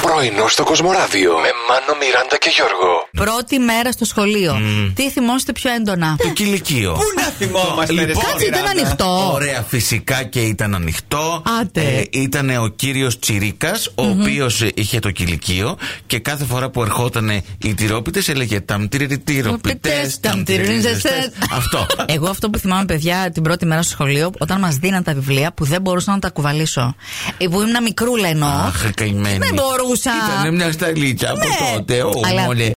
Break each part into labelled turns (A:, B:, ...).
A: Πρωινό στο Κοσμοράδιο με Μάνο, Μιράντα και Γιώργο.
B: Πρώτη μέρα στο σχολείο.
C: Μμμ.
B: Τι θυμόστε πιο έντονα.
C: Το κηλικείο.
D: Πού να θυμόμαστε,
C: Λοιπόν,
D: ρε
B: Κάτσε, ήταν
D: Μιράντα.
B: ανοιχτό.
C: Ωραία, φυσικά και ήταν ανοιχτό. Ε,
B: Άτε.
C: ήταν ο κύριος Τσιρίκας, ο οποίος είχε το κηλικείο και κάθε φορά που ερχόταν οι τυρόπιτες έλεγε Ταμ τυροπιτέ.
B: Ταμ, τυροπιτές».
C: Αυτό.
B: Εγώ αυτό που θυμάμαι, παιδιά, την πρώτη μέρα στο σχολείο, όταν μας δίναν τα βιβλία που δεν μπορούσα να τα κουβαλήσω. Ε, Που ήμουν μικρούλα εννοώ.
C: Αχ, καημένη.
B: Δεν μπορούσα.
C: Ήταν μια σταλίτσα από
B: Ναι.
C: τότε. Ω,
B: Αλλά-
C: μόλι.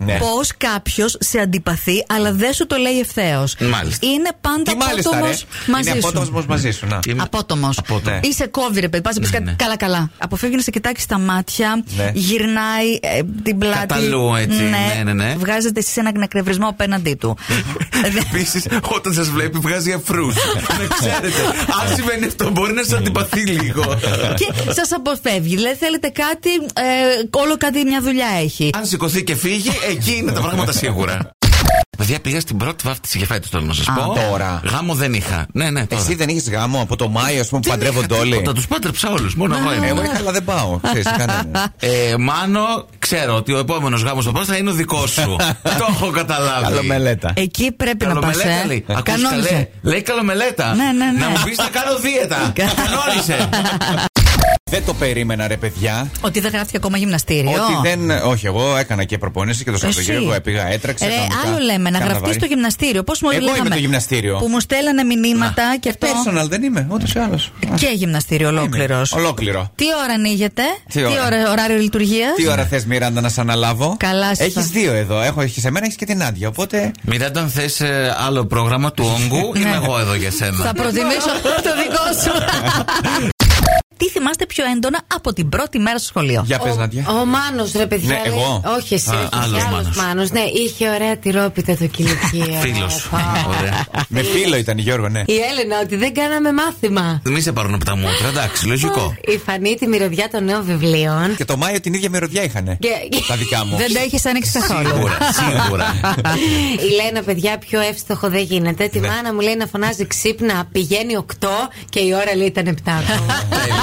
D: Ναι.
B: Πώς κάποιος σε αντιπαθεί, αλλά δεν σου το λέει ευθέως.
C: Μάλιστα.
B: Είναι πάντα
D: Τι μάλιστα, ρε.
B: απότομο μαζί
D: Είναι
B: σου.
D: απότομος μαζί σου, να.
C: Είμαι-
B: Απότομος.
C: Απότομος.
B: Είσαι κόβει, ρε παιδί. Πας πεις
C: Ναι,
B: κάτι
C: ναι.
B: καλά-καλά. Αποφεύγει να σε κοιτάξει τα μάτια,
D: Ναι.
B: γυρνάει ε, την πλάτη.
C: Καταλού, έτσι. Ναι, ναι, ναι.
B: Βγάζετε εσεί έναν εκνευρισμό απέναντί του. Δεν-
C: Επίσης, όταν σας βλέπει, βγάζει αφρούς. Να ξέρετε. Αν συμβαίνει αυτό, μπορεί να σα αντιπαθεί λίγο.
B: Ναι. και σας αποφεύγει. Δηλαδή θέλετε κάτι, ε, όλο κάτι μια δουλειά έχει.
C: Αν σηκωθεί και φύγει, εκεί είναι τα πράγματα σίγουρα. Παιδιά, πήγα στην πρώτη βάφτιση για φέτος, θέλω να σας πω.
D: τώρα.
C: Γάμο δεν είχα. Ναι, ναι, τώρα.
D: Ε, Εσύ δεν είχες γάμο από το Μάιο, ας πούμε, που
C: Δεν
D: παντρεύονται
C: είχα
D: όλοι.
C: τίποτα, Ναι. του πάντρεψα όλους. Μόνο εγώ ήμουν.
D: Εγώ είχα, αλλά δεν πάω. Ξέρεις, κανένας.
C: Ε, μάνο, ξέρω ότι ο επόμενος γάμος που πας θα είναι ο δικός σου. Το έχω καταλάβει.
D: Καλό μελέτα.
B: Εκεί πρέπει να πας
C: Καλομελέτα
B: ε.
C: λέει. Ακούς
B: Κανόνισε.
C: καλέ. Λέει καλομελέτα.
B: Ναι, ναι, ναι.
C: Να μου πεις να κάνω δίαιτα. Κανόνισε.
D: Δεν το περίμενα, ρε παιδιά.
B: Ότι δεν γράφτηκε ακόμα γυμναστήριο.
D: Ότι δεν. Όχι, εγώ έκανα και προπόνηση και το
B: Εσύ.
D: Σαββατοκύριακο έπηγα, έτρεξα.
B: Ρε,
D: κανονικά.
B: άλλο λέμε, να
D: Κάνα
B: γραφτεί
D: βάρη.
B: στο γυμναστήριο. Πώς μου
D: Εγώ είμαι
B: λέγαμε,
D: το γυμναστήριο.
B: Που μου στέλνανε μηνύματα και αυτό.
D: Personal δεν είμαι, ούτως ή άλλως.
B: Και γυμναστήριο ολόκληρος.
D: Ολόκληρο.
B: Τι ώρα ανοίγεται,
D: Τι ώρα.
B: ωράριο λειτουργίας.
D: Τι ώρα θες, Μιράντα, να σε αναλάβω.
B: Καλά, σου
D: Έχεις
B: θα-
D: δύο εδώ. Έχω έχεις εμένα, έχεις και την Άντια. Οπότε.
C: Μιράντα, αν θες ε, άλλο πρόγραμμα του όγκου, είμαι εγώ εδώ για σένα.
B: Θα προτιμήσω το δικό σου. Τι θυμάστε πιο έντονα από την πρώτη μέρα στο σχολείο.
D: Για πες, Νάντια.
E: Ο Μάνος, ρε παιδιά.
D: Ναι,
E: λέει-
D: εγώ.
E: Όχι, εσύ.
C: Α, άλλος
E: Άλλος
C: Μάνος.
E: Μάνος. Ναι, είχε ωραία τυρόπιτα το κηλικείο.
C: Φίλος. Ωραία.
D: Με φίλο ήταν η Γιώργο, ναι.
E: Η Έλενα, ότι δεν κάναμε μάθημα.
C: Μη σε πάρουν από τα μούτρα, εντάξει, λογικό.
E: Η Φανή τη μυρωδιά των νέων βιβλίων.
D: Και το Μάιο την ίδια μυρωδιά είχανε.
E: Και-
D: Τα δικά μου.
B: Δεν το έχεις ανοίξει καθόλου.
C: Σίγουρα, σίγουρα.
E: Η Λένα, παιδιά, πιο εύστοχο δεν γίνεται. Τη μάνα μου λέει να φωνάζει ξύπνα, πηγαίνει 8 και η ώρα λέει ήταν 7.